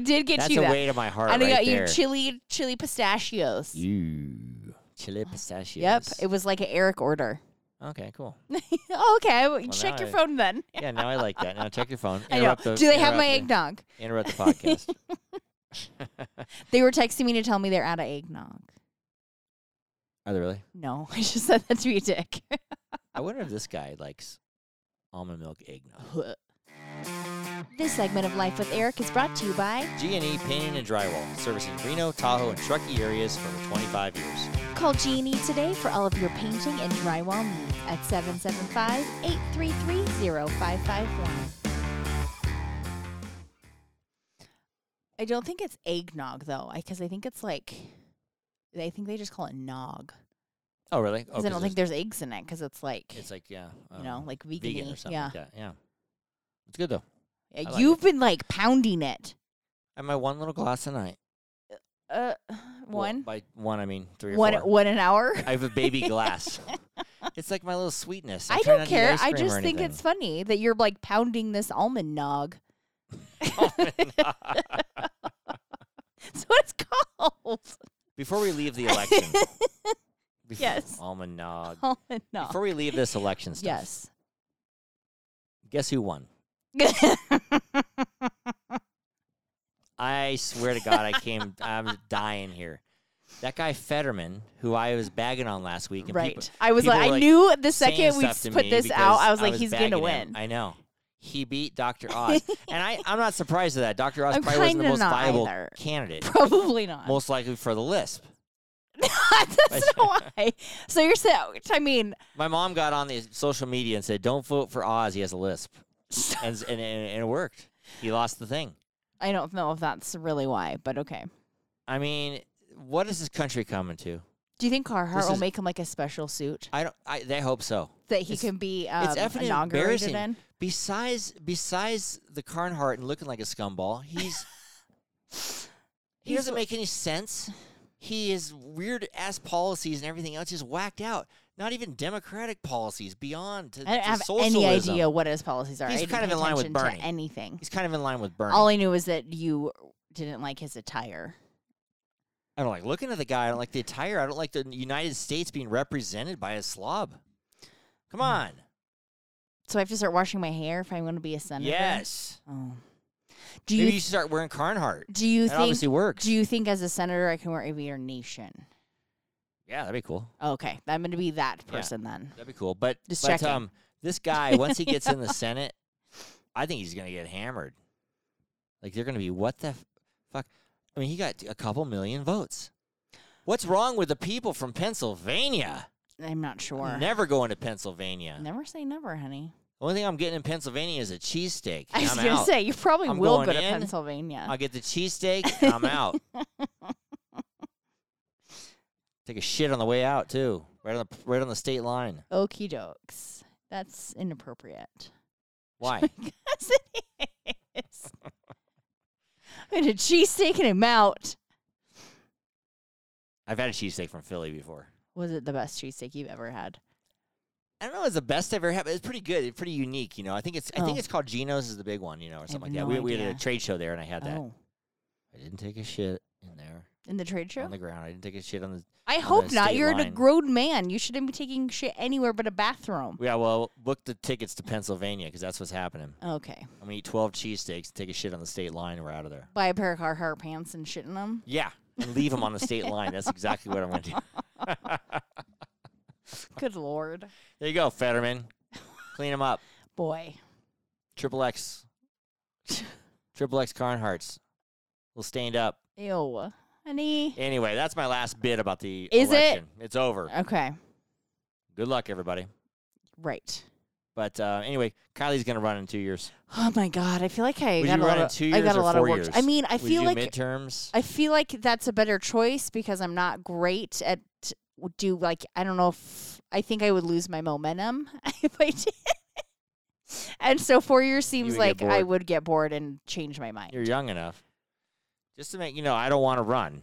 did get
That's
you
a
that.
way to my heart
and I
right
got
there.
you chili, chili pistachios.
You chili pistachios.
Yep, it was like an Eric order.
okay, cool.
oh, okay, well, you
Well,
check
now
your
I-
phone then.
Yeah, now I like that. Now check your phone.
I know.
Interrupt the-
Do they have my
interrupt
eggnog?
the- Interrupt the podcast.
They were texting me to tell me they're out of eggnog.
Are they really?
No, I just said that to be a dick.
I wonder if this guy likes almond milk eggnog.
this segment of Life with Eric is brought to you by
G&E Painting and Drywall, servicing Reno, Tahoe, and Truckee areas for over 25 years.
Call G&E today for all of your painting and drywall needs at 775-833-0551. I don't think it's eggnog though, because I think it's like I think they just call it nog.
Oh, really? Oh,
Because I don't think there's eggs in it, because it's like
it's like yeah,
you know,
um,
like
vegan or
vegan.
something
Yeah,
like that. Yeah, it's good though.
Yeah,
I like
you've been like pounding it.
And my one little glass a night.
Uh,
Well,
one,
by one, I mean three or
one,
four.
one an hour.
I have a baby glass. it's like my little sweetness.
I
try
don't
not to eat
care.
ice
I
cream or
just think
anything.
it's funny that you're like pounding this almond nog. That's what it's called.
Before we leave the election. before-
Yes.
Almond nod.
Almond nog.
Before we leave this election stuff.
yes.
Guess who won? I swear to God, I came. I'm dying here. That guy Fetterman, who I was bagging on last week, and
right.
people,
I was
people
like,
were,
I
like,
knew the
saying
second we
stuff to
put
me
this
because
out, I was like, he's
bagging
gonna
him.
win.
I know. He beat Dr. Oz, and I, I'm not surprised at that. Dr. Oz
I'm
probably wasn't the
kinda
most
not
viable
either.
candidate,
Probably not.
most likely for the lisp.
That's not why. So you're saying? I mean,
My mom got on the social media and said, "Don't vote for Oz; he has a lisp," and s- and, and, and it worked. He lost the thing.
I don't know if that's really why, but okay.
I mean, what is this country coming to?
Do you think Carhartt
This
will
is-
make him like a special suit
I don't. I they hope so.
that he
It's-
can be um,
it's effing
inaugurated
embarrassing.
in?
Besides, besides the Carnhart and looking like a scumball, he's he
He's
doesn't
wh-
make any sense. He is weird ass policies and everything else just whacked out. Not even democratic policies beyond to,
I don't
to
have
socialism.
any idea what his policies are.
He's
I didn't
kind of
pay
in line with
attention to
Bernie.
anything.
He's kind of in line with Bernie.
All I knew was that you didn't like his attire.
I don't like looking at the guy. I don't like the attire. I don't like the United States being represented by a slob.
Mm.
Come on.
So I have to start washing my hair if I'm going to be a senator.
Yes.
Oh. Do
Maybe
you
you should start wearing Carnhart.
do you
That obviously
think
works.
do you think as a senator I can wear Aviator Nation?
yeah, that'd be cool.
Okay, I'm going to be that
Yeah.
person then.
That'd be cool. But,
Just
but
checking.
um, this guy, once he gets in the Senate, I think he's going to get hammered. Like, they're going to be, what the f- fuck? I mean, he got a couple million votes. What's wrong with the people from Pennsylvania?
I'm not sure.
I'm never going to Pennsylvania.
Never say never, honey.
The only thing I'm getting in Pennsylvania is a cheesesteak.
I was
I'm
gonna
out.
say you probably
I'm
will
going
go to
in.
Pennsylvania.
I'll get the cheesesteak. and I'm out. Take a shit on the way out too, right on the right on the state line.
Okey dokes. That's inappropriate.
Why?
Yes, it is. I had a cheesesteak and I'm out.
I've had a cheesesteak from Philly before.
Was it the best cheesesteak you've ever had?
I don't know. if It's the best I've ever had. But it's pretty good. It's pretty unique. You know, I think it's I think
Oh.
it's called Geno's is the big one. You know, or something
have
like that.
no Oh.
we we had a
idea.
trade show there, and I had that.
Oh.
I didn't take a shit in there.
in the trade show?
on the ground. I didn't take a shit on the.
I
on the
hope not.
state
You're a
line.
grown man. You shouldn't be taking shit anywhere but a bathroom.
Yeah, well, book the tickets to Pennsylvania because that's what's happening.
Okay.
I'm gonna eat 12 cheesesteaks, take a shit on the state line, and we're out of there.
Buy a pair of Carhartt pants and shit in them.
Yeah, and leave them on the state line. That's exactly what I'm gonna do.
Good lord,
There you go, Fetterman. Clean them up.
boy.
Triple X. Triple X Carnharts. We'll stand up.
Ew, honey.
Anyway, that's my last bit about the
Is it?
election. It's over.
Okay,
Good luck, everybody.
right.
But uh, anyway, Kylie's gonna run in two years.
Oh my god, I feel like I
Would
got
you
a lot
run in
of
two
I
years
got a
or
lot
four
of work.
years?
I mean, I
Would
feel
you
like
do midterms.
I feel like that's a better choice because I'm not great at w- do like I don't know if I think I would lose my momentum if I did. and so four years seems
would
like
get
I
bored.
would get bored and change my mind.
You're young enough. Just to make you know, I don't want to run.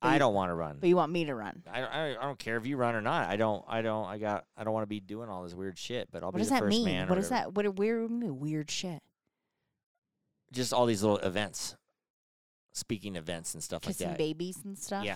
But
I
you-
don't want to run.
But you want me to run?
I don't, I don't- I don't care if you run or not. I don't. I don't. I got. I don't want to be doing all this weird shit. But I'll
What
be
does
the
that
first
mean?
man.
What
or
is
whatever.
that? What do- weird weird shit?
Just all these little events, speaking events and stuff
Kissing
like that.
babies and stuff.
Yeah,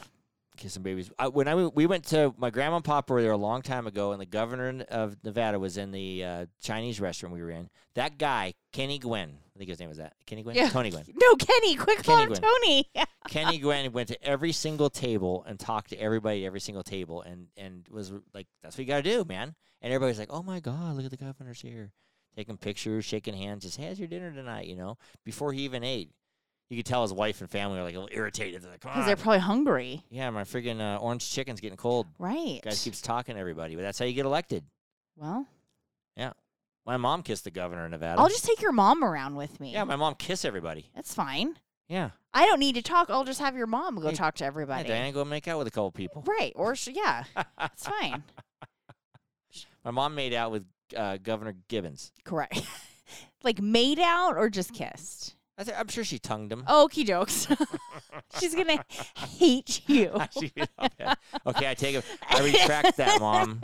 kissing babies. I, when I w- we went to my grandma and pop were there a long time ago, and the governor n- of Nevada was in the uh, Chinese restaurant we were in. That guy, Kenny Gwen, I think his name was that Kenny Gwen,
Yeah.
Tony Gwen.
No, Kenny, quick
Kenny
call him
Gwen.
Tony.
Kenny Gwen went to every single table and talked to everybody at every single table and and was r- like, "That's what you got to do, man." And everybody's like, "Oh my God, look at the governor's here, taking pictures, shaking hands, just how's your dinner tonight?" You know, before he even ate, you could tell his wife and family were like a little irritated. They're like, "Come
Because
on,
they're probably hungry.
yeah, my friggin' uh, orange chicken's getting cold."
Right.
Guys keeps talking to everybody, but that's how you get elected.
well,
My mom kissed the governor of Nevada.
I'll just take your mom around with me.
yeah, my mom kissed everybody.
That's fine.
Yeah,
I don't need to talk. I'll just have your mom go
Hey,
talk to
yeah
everybody.
Diane, go make out with a couple people.
Right. Or, sh- yeah, it's fine.
My mom made out with uh, Governor Gibbons.
Correct. like made out or just kissed?
I th- I'm sure she tongued him.
Okie dokes. She's going to hate you.
She- okay. okay, I take it. I retract that, mom.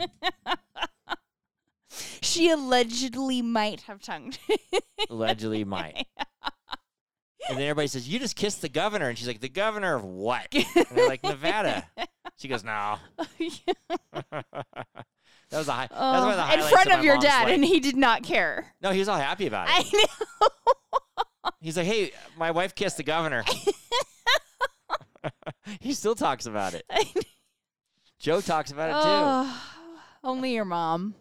She allegedly might have tongued.
Allegedly might. And then everybody says, "You just kissed the governor," and she's like, "The governor of what?" And they're like, "Nevada." She goes, "No." that was a high. That's
Oh,
one of the
in
highlights
front of,
my
your
mom's
dad,
life.
and he did not care.
no, he was all happy about it.
I know.
He's like, "Hey, my wife kissed the governor." he still talks about it. Joe talks about it too.
Oh, only your mom.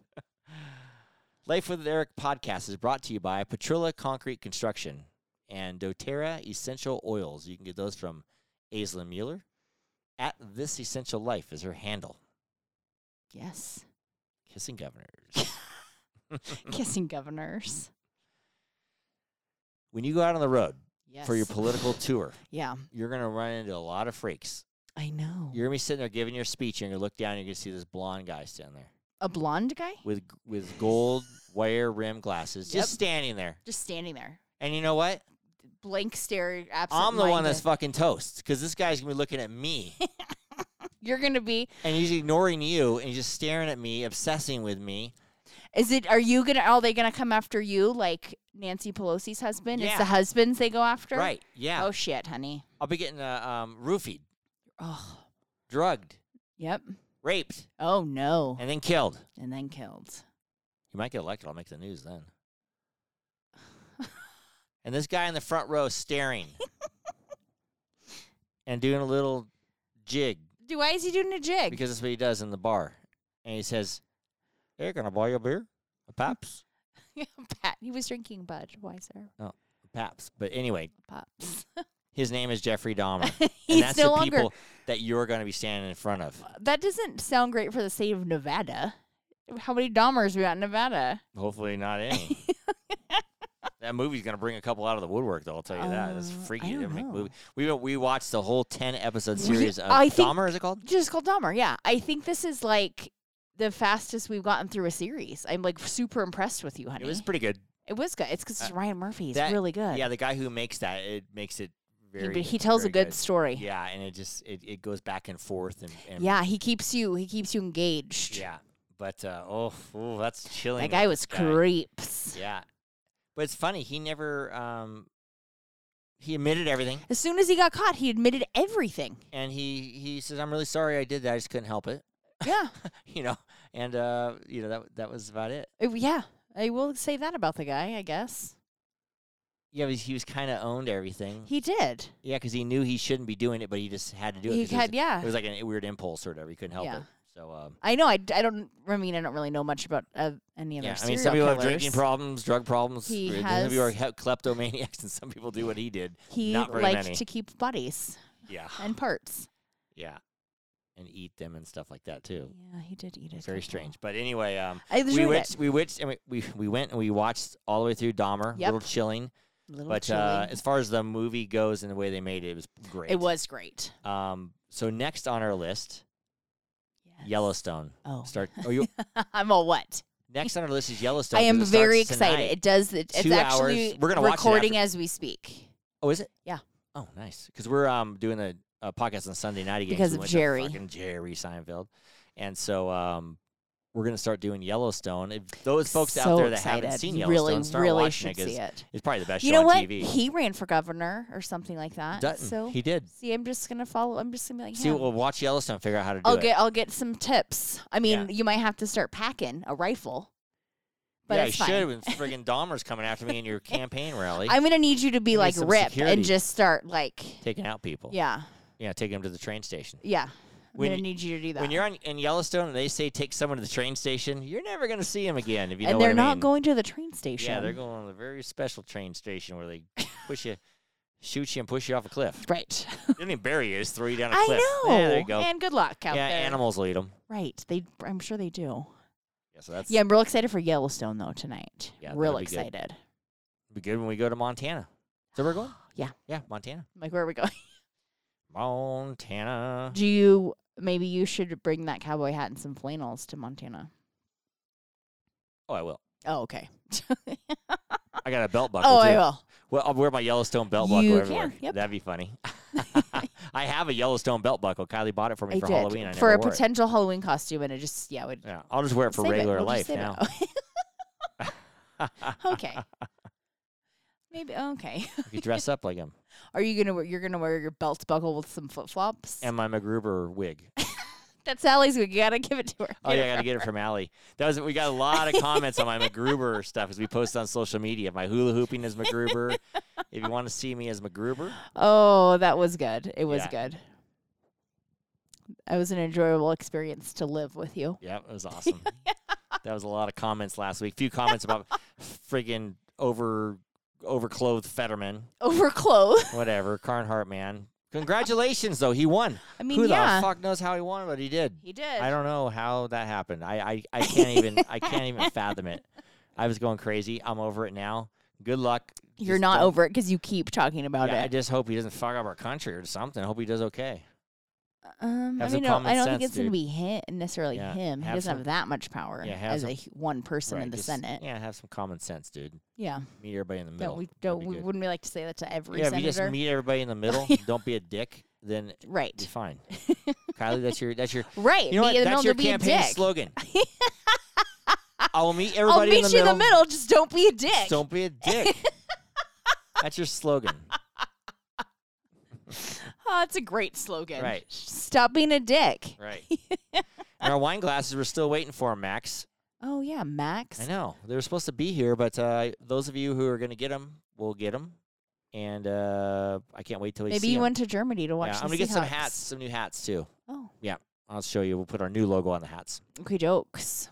Life with Eric podcast is brought to you by Petrilla Concrete Construction and doTERRA Essential Oils. You can get those from Aisla Mueller. At This Essential Life is her handle.
Yes.
Kissing governors.
Kissing governors.
when you go out on the road
Yes.
for your political tour,
Yeah,
you're going to run into a lot of freaks.
I know.
You're going to be sitting there giving your speech, and you're going to look down and you're going to see this blonde guy standing there
a blonde guy
with, with gold wire rim glasses,
Yep.
just standing there.
just standing there,
And you know what?
blank stare. Absent
I'm the one that's fucking toast because this guy's going to be looking at me.
You're gonna be.
and he's ignoring you and he's just staring at me, obsessing with me.
Is it? Are you gonna? Are they gonna come after you like Nancy Pelosi's husband? It's
Yeah.
the husbands they go after.
Right? Yeah.
Oh shit, honey.
I'll be getting uh, um, roofied,
Oh.
drugged,
Yep.
raped,
Oh no.
and then killed.
And then killed.
You might get elected. I'll make the news then. and this guy in the front row staring and doing a little jig
Do why is he doing a jig?
because that's what he does in the bar. And he says, "Hey, can I buy you a beer? A paps,
Pat, he was drinking Bud. Why, sir?
paps." But anyway,
Pops.
his name is Jeffrey Dahmer, and
He's
that's
no
the
longer.
people that you're going to be standing in front of.
That doesn't sound great for the state of Nevada. How many Dahmers we got in Nevada?
Hopefully not any. that movie's gonna bring a couple out of the woodwork, though. I'll tell you that. That's
Uh, I
freaky.
don't
They make
know.
movie. We we watched the whole ten episode
We-
series of
I think-
Dahmer. Is it called?
Just called Dahmer. Yeah, I think this is like the fastest we've gotten through a series. I'm like super impressed with you, honey.
It was pretty good.
It was good. It's because it's
Uh,
Ryan Murphy. He's
that-
really good.
Yeah, the guy who makes that it makes it
He-
very.
but he tells a
very
good, story. Yeah.
Yeah, and it just it, it goes back and forth and, and
he keeps you. He keeps you engaged.
yeah. But uh, oh, ooh, that's chilling.
that guy was
guy.
creeps.
Yeah, but it's funny. He never um he admitted everything,
As soon as he got caught, he admitted everything.
and he he says, "I'm really sorry I did that. I just couldn't help it."
Yeah.
you know, and uh, you know that that was about it.
Uh, yeah. I will say that about the guy, I guess.
Yeah, but he was kind of owned everything.
He did.
Yeah, because he knew he shouldn't be doing it, but he just had to do it.
He
'cause it
had-
was,
yeah.
It was like a weird impulse or whatever. He couldn't help
Yeah.
it. So, um,
I know. I, d- I don't. I mean, I don't really know much about uh, any other.
yeah, I
serial
mean, some people have
killers.
drinking problems, drug problems.
He
or Some people are
has-
he- kleptomaniacs, and some people do what he did.
He
Not very
liked
many.
to keep bodies
Yeah,
and parts.
yeah, and eat them and stuff like that too.
Yeah, he did eat it.
Very strange. But anyway, um,
I
we
enjoyed
went,
it.
we went, and we, we we went and we watched all the way through
Yep.
Dahmer. A little chilling,
Little
but Uh,
chilly.
as far as the movie goes and the way they made it, it was great.
it was great.
Um, so next on our list,
Yes.
Yellowstone.
Oh,
Start. Oh, you,
I'm all what?
next on our list is Yellowstone.
I
'cause
am
it
very
starts
excited.
tonight.
It does. It, it's
Two hours.
actually
We're gonna watch it
recording
after-
as we speak
Oh, is it?
Yeah.
Oh, nice. Because we're um doing a, a podcast on Sunday night again
Because
we
of
went
Jerry.
to fucking Jerry Seinfeld, and so um we're gonna start doing Yellowstone. If those folks
so
out there that
excited.
haven't seen
You
Yellowstone,
really,
start
really
watching
should
it. 'cause
see it.
It's probably the best
You
show
know
on
what?
TV.
He ran for governor or something like that.
Dutton,
So
he did.
see, I'm just gonna follow. I'm just gonna be like,
See,
him.
we'll watch Yellowstone, figure out how to do
I'll
it.
get I'll get some tips. I mean,
Yeah.
you might have to start packing a rifle, but
yeah,
it's
I
fine.
should. When friggin' Dahmer's coming after me in your campaign rally,
I'm gonna need you to be
You need
like
some
rip
security.
and just start like,
taking out people.
yeah,
yeah, taking them to the train station.
yeah. I'm
When
gonna
you-
need you to do that.
When you're on in Yellowstone and they say take someone to the train station, you're never gonna see him again. If you know
and
what
they're
I
not
mean.
going to the train station.
Yeah, they're going on a very special train station where they push you, shoot you, and push you off a cliff.
right.
They don't even bury you; they just throw you down a
I
cliff.
know.
Yeah, there you go.
And good luck out
yeah,
there.
animals will eat them.
Right. They. I'm sure they do.
Yeah, so that's
Yeah, I'm real excited for Yellowstone though tonight.
Yeah,
real
that'll be good.
excited.
be good when we go to Montana. So we're going.
Yeah.
yeah, Montana,
Like, where are we going?
Montana.
Do you? Maybe you should bring that cowboy hat and some flannels to Montana.
Oh, I will.
Oh, okay.
I got a belt buckle.
oh, I
too.
will.
Well, I'll wear my Yellowstone belt
You
buckle
can,
everywhere.
yep.
That'd be funny. I have a Yellowstone belt buckle. Kylie bought it for me
I
for
did.
Halloween. I
for
never
a
wore it.
potential Halloween costume, and it just yeah, would
Yeah, I'll just wear it for
save
regular
it. We'll just
life
save
now.
It. okay. Maybe okay.
you dress up like him
Are you gonna wear, you're gonna wear your belt buckle with some flip flops?
and my MacGruber wig.
That's Sally's. We gotta give it to her.
Oh yeah, I gotta get it from Allie. That was we got a lot of comments on my MacGruber stuff as we posted on social media. My hula hooping is MacGruber. if you want to see me as MacGruber,
Oh, that was good. It was
Yeah.
good. It was an enjoyable experience to live with you.
yeah, it was awesome. that was a lot of comments last week. Few comments about friggin' over overclothed Fetterman,
Over clothes.
whatever. Carnhart man. Congratulations though, he won.
I mean,
Who
yeah,
the fuck knows how he won, but he did.
he did.
I don't know how that happened. I, I, I can't even I can't even fathom it. I was going crazy. I'm over it now. Good luck.
You're
Just
not
don't-
over it because you keep talking about
Yeah, I
it.
just hope he doesn't fuck up our country or something. I hope he does okay.
Um, I
Have some
mean, no, I
common
don't think
sense,
it's going to
dude.
be hi necessarily
Yeah,
him. He
have
doesn't
some-
have that much power
Yeah, have
as
some-
a hu- one person in
Right,
the
just-
Senate.
Yeah, have some common sense, dude.
Yeah,
Meet everybody in the middle.
don't we?
That'd
Don't
be
we?
good.
Wouldn't we like to say that to every
yeah, if you just
senator?
meet everybody in the middle,
Yeah.
don't be a dick, then you're
right,
fine. Kylie, that's your that's your
right.
you know
Be
what?
in the middle,
That's your
don't be a
campaign
dick.
slogan. I'll meet
I'll
everybody
meet
in, the
you in
middle,
the middle. Just don't be a dick.
just Don't be a dick. that's your slogan.
Oh, it's a great slogan.
Right.
Stop being a dick.
Right. and our wine glasses were still waiting for 'em, Max.
Oh yeah, Max.
I know they were supposed to be here, but uh, those of you who are going to get them will get them, and uh, I can't wait till we
Maybe
see
you
'em.
went to Germany to
Yeah,
watch. the
I'm gonna get some
Seahawks.
hats, some new hats too.
Oh,
I'll show you. We'll put our new logo on the hats,
okay, jokes.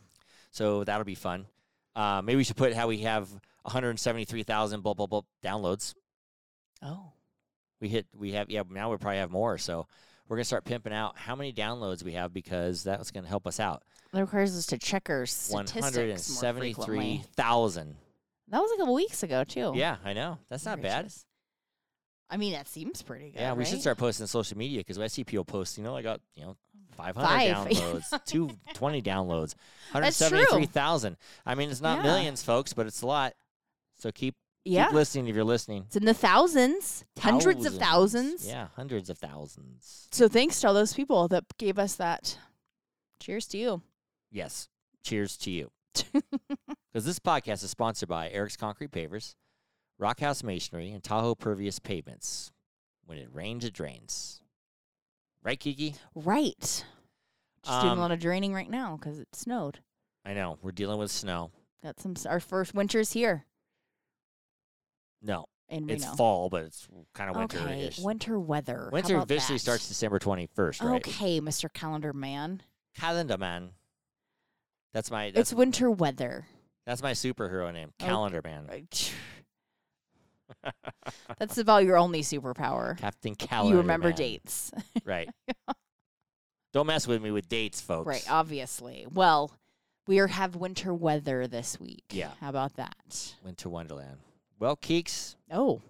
so that'll be fun. Uh, maybe we should put how we have 173,000 blah blah blah downloads.
Oh,
We hit, we have, yeah. Now we probably have more, so we're gonna start pimping out how many downloads we have because that's gonna help us out.
that requires us to check our statistics more frequently.
173,000.
That was a couple weeks ago too.
Yeah, I know. That's not bad.
Gracious. I mean, that seems pretty good.
Yeah, we should
right?
start posting on social media because I see people post, you know, I got, you know, 500
Five.
downloads, 220 downloads,
That's true.
173,000. I mean, it's not
Yeah.
millions, folks, but it's a lot. So keep,
Yeah,
keep listening if you're listening.
it's in the thousands, hundreds of thousands.
Yeah, hundreds of thousands.
So thanks to all those people that gave us that. Cheers to you.
Yes. Cheers to you. Because this podcast is sponsored by Eric's Concrete Pavers, Rock House Masonry, and Tahoe Pervious Pavements. When it rains, it drains. Right, Kiki?
Right. Just doing
Um,
a lot of draining right now because it snowed.
I know. We're dealing with snow.
Got some. s- Our first winter's here
No,
in
it's
Reno.
fall, but it's kind of winter
okay,
ish.
winter weather. How
Winter
about
officially
that?
starts December 21st, right?
Okay, Mr. Calendar Man.
Calendar Man. That's my that's,
it's winter weather.
that's my superhero name,
Oh,
Calendar Man.
Right. That's about your only superpower.
Captain Calendar.
you remember
Man.
dates.
Right. Don't mess with me with dates, folks.
Right, uh obviously. Well, we are have winter weather this week.
Yeah.
How about that?
Winter Wonderland. Well, Keeks,
Oh,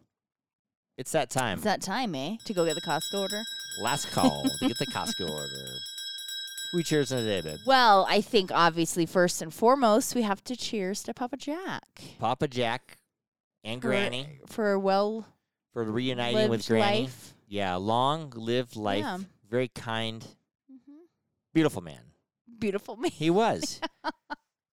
it's that time.
it's that time, eh? To go get the Costco order?
Last call to get the Costco order. We cheers in today, babe.
Well, I think obviously first and foremost we have to cheers to Papa Jack.
Papa Jack and
For-
Granny
For well
for reuniting
lived
with Granny.
life.
Yeah, long live life.
Yeah.
Very kind,
Mhm.
beautiful man.
Beautiful man.
He was.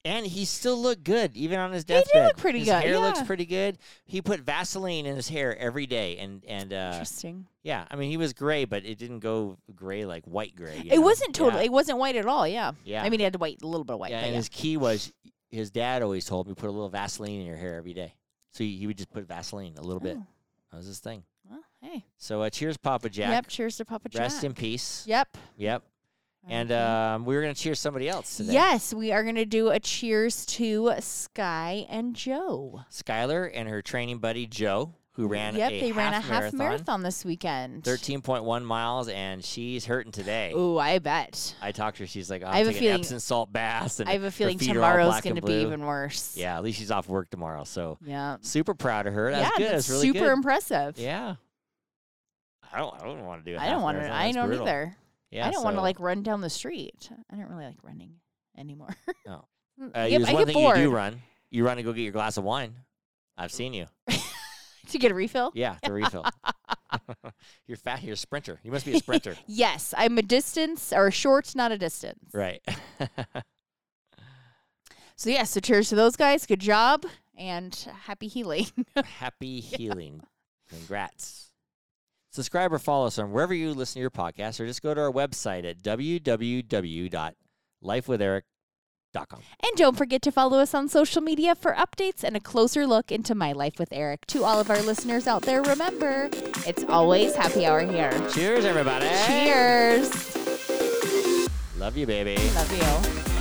and he still looked good, even on his
did
deathbed.
look pretty
his
good,
hair looks
yeah.
pretty good. He put Vaseline in his hair every day. And, and uh,
Interesting.
yeah, I mean, he was gray, but it didn't go gray like white gray. you
It
know?
wasn't totally.
Yeah.
It wasn't white at all. Yeah.
yeah.
I mean, it had white, a little bit of white.
yeah,
but
and
yeah.
his key was his dad always told me put a little Vaseline in your hair every day. So he, he would just put Vaseline a little bit.
Oh,
That was his thing.
well, hey.
So uh, cheers, Papa Jack.
Yep. Cheers to Papa
Rest
Jack.
in peace.
Yep.
Yep. And
Okay.
um, we were gonna cheer somebody else today.
Yes, we are going to do a cheers to Sky and Joe.
Skylar and her training buddy Joe, who ran
yep,
a
they
half
ran a half
marathon,
marathon this weekend.
thirteen point one miles, and she's hurting today.
Ooh, I bet.
I talked to her. She's like, I'll
I have a
take an
feeling-
Epsom salt bath. And
I have
her
a feeling
feet are all
tomorrow's
black
going to
and
be
blue.
even worse.
Yeah, at least she's off work tomorrow. So
Yeah.
super proud of her. That's
yeah,
good.
that's
really
super
good.
impressive.
Yeah. I don't. I don't want to do. I
I don't
want
want to. I don't
brutal.
either.
Yeah,
I don't want to
so,
like run down the street. I don't really like running anymore.
No.
Mm,
Uh,
yep,
there's
I
one
get
thing
bored
you do run. You run and go get your glass of wine. I've seen you.
to get a refill.
Yeah, the refill. you're fat. You're a sprinter. You must be a sprinter.
Yes, I'm a distance or a short, not a distance.
right.
So yeah, so cheers to those guys. Good job and happy healing.
Happy healing. Congrats. Subscribe or follow us on wherever you listen to your podcast, or just go to our website at www.lifewitheric.com.
And don't forget to follow us on social media for updates and a closer look into my life with Eric. To all of our listeners out there, remember, it's always happy hour here.
Cheers, everybody.
Cheers.
Love you, baby.
Love you.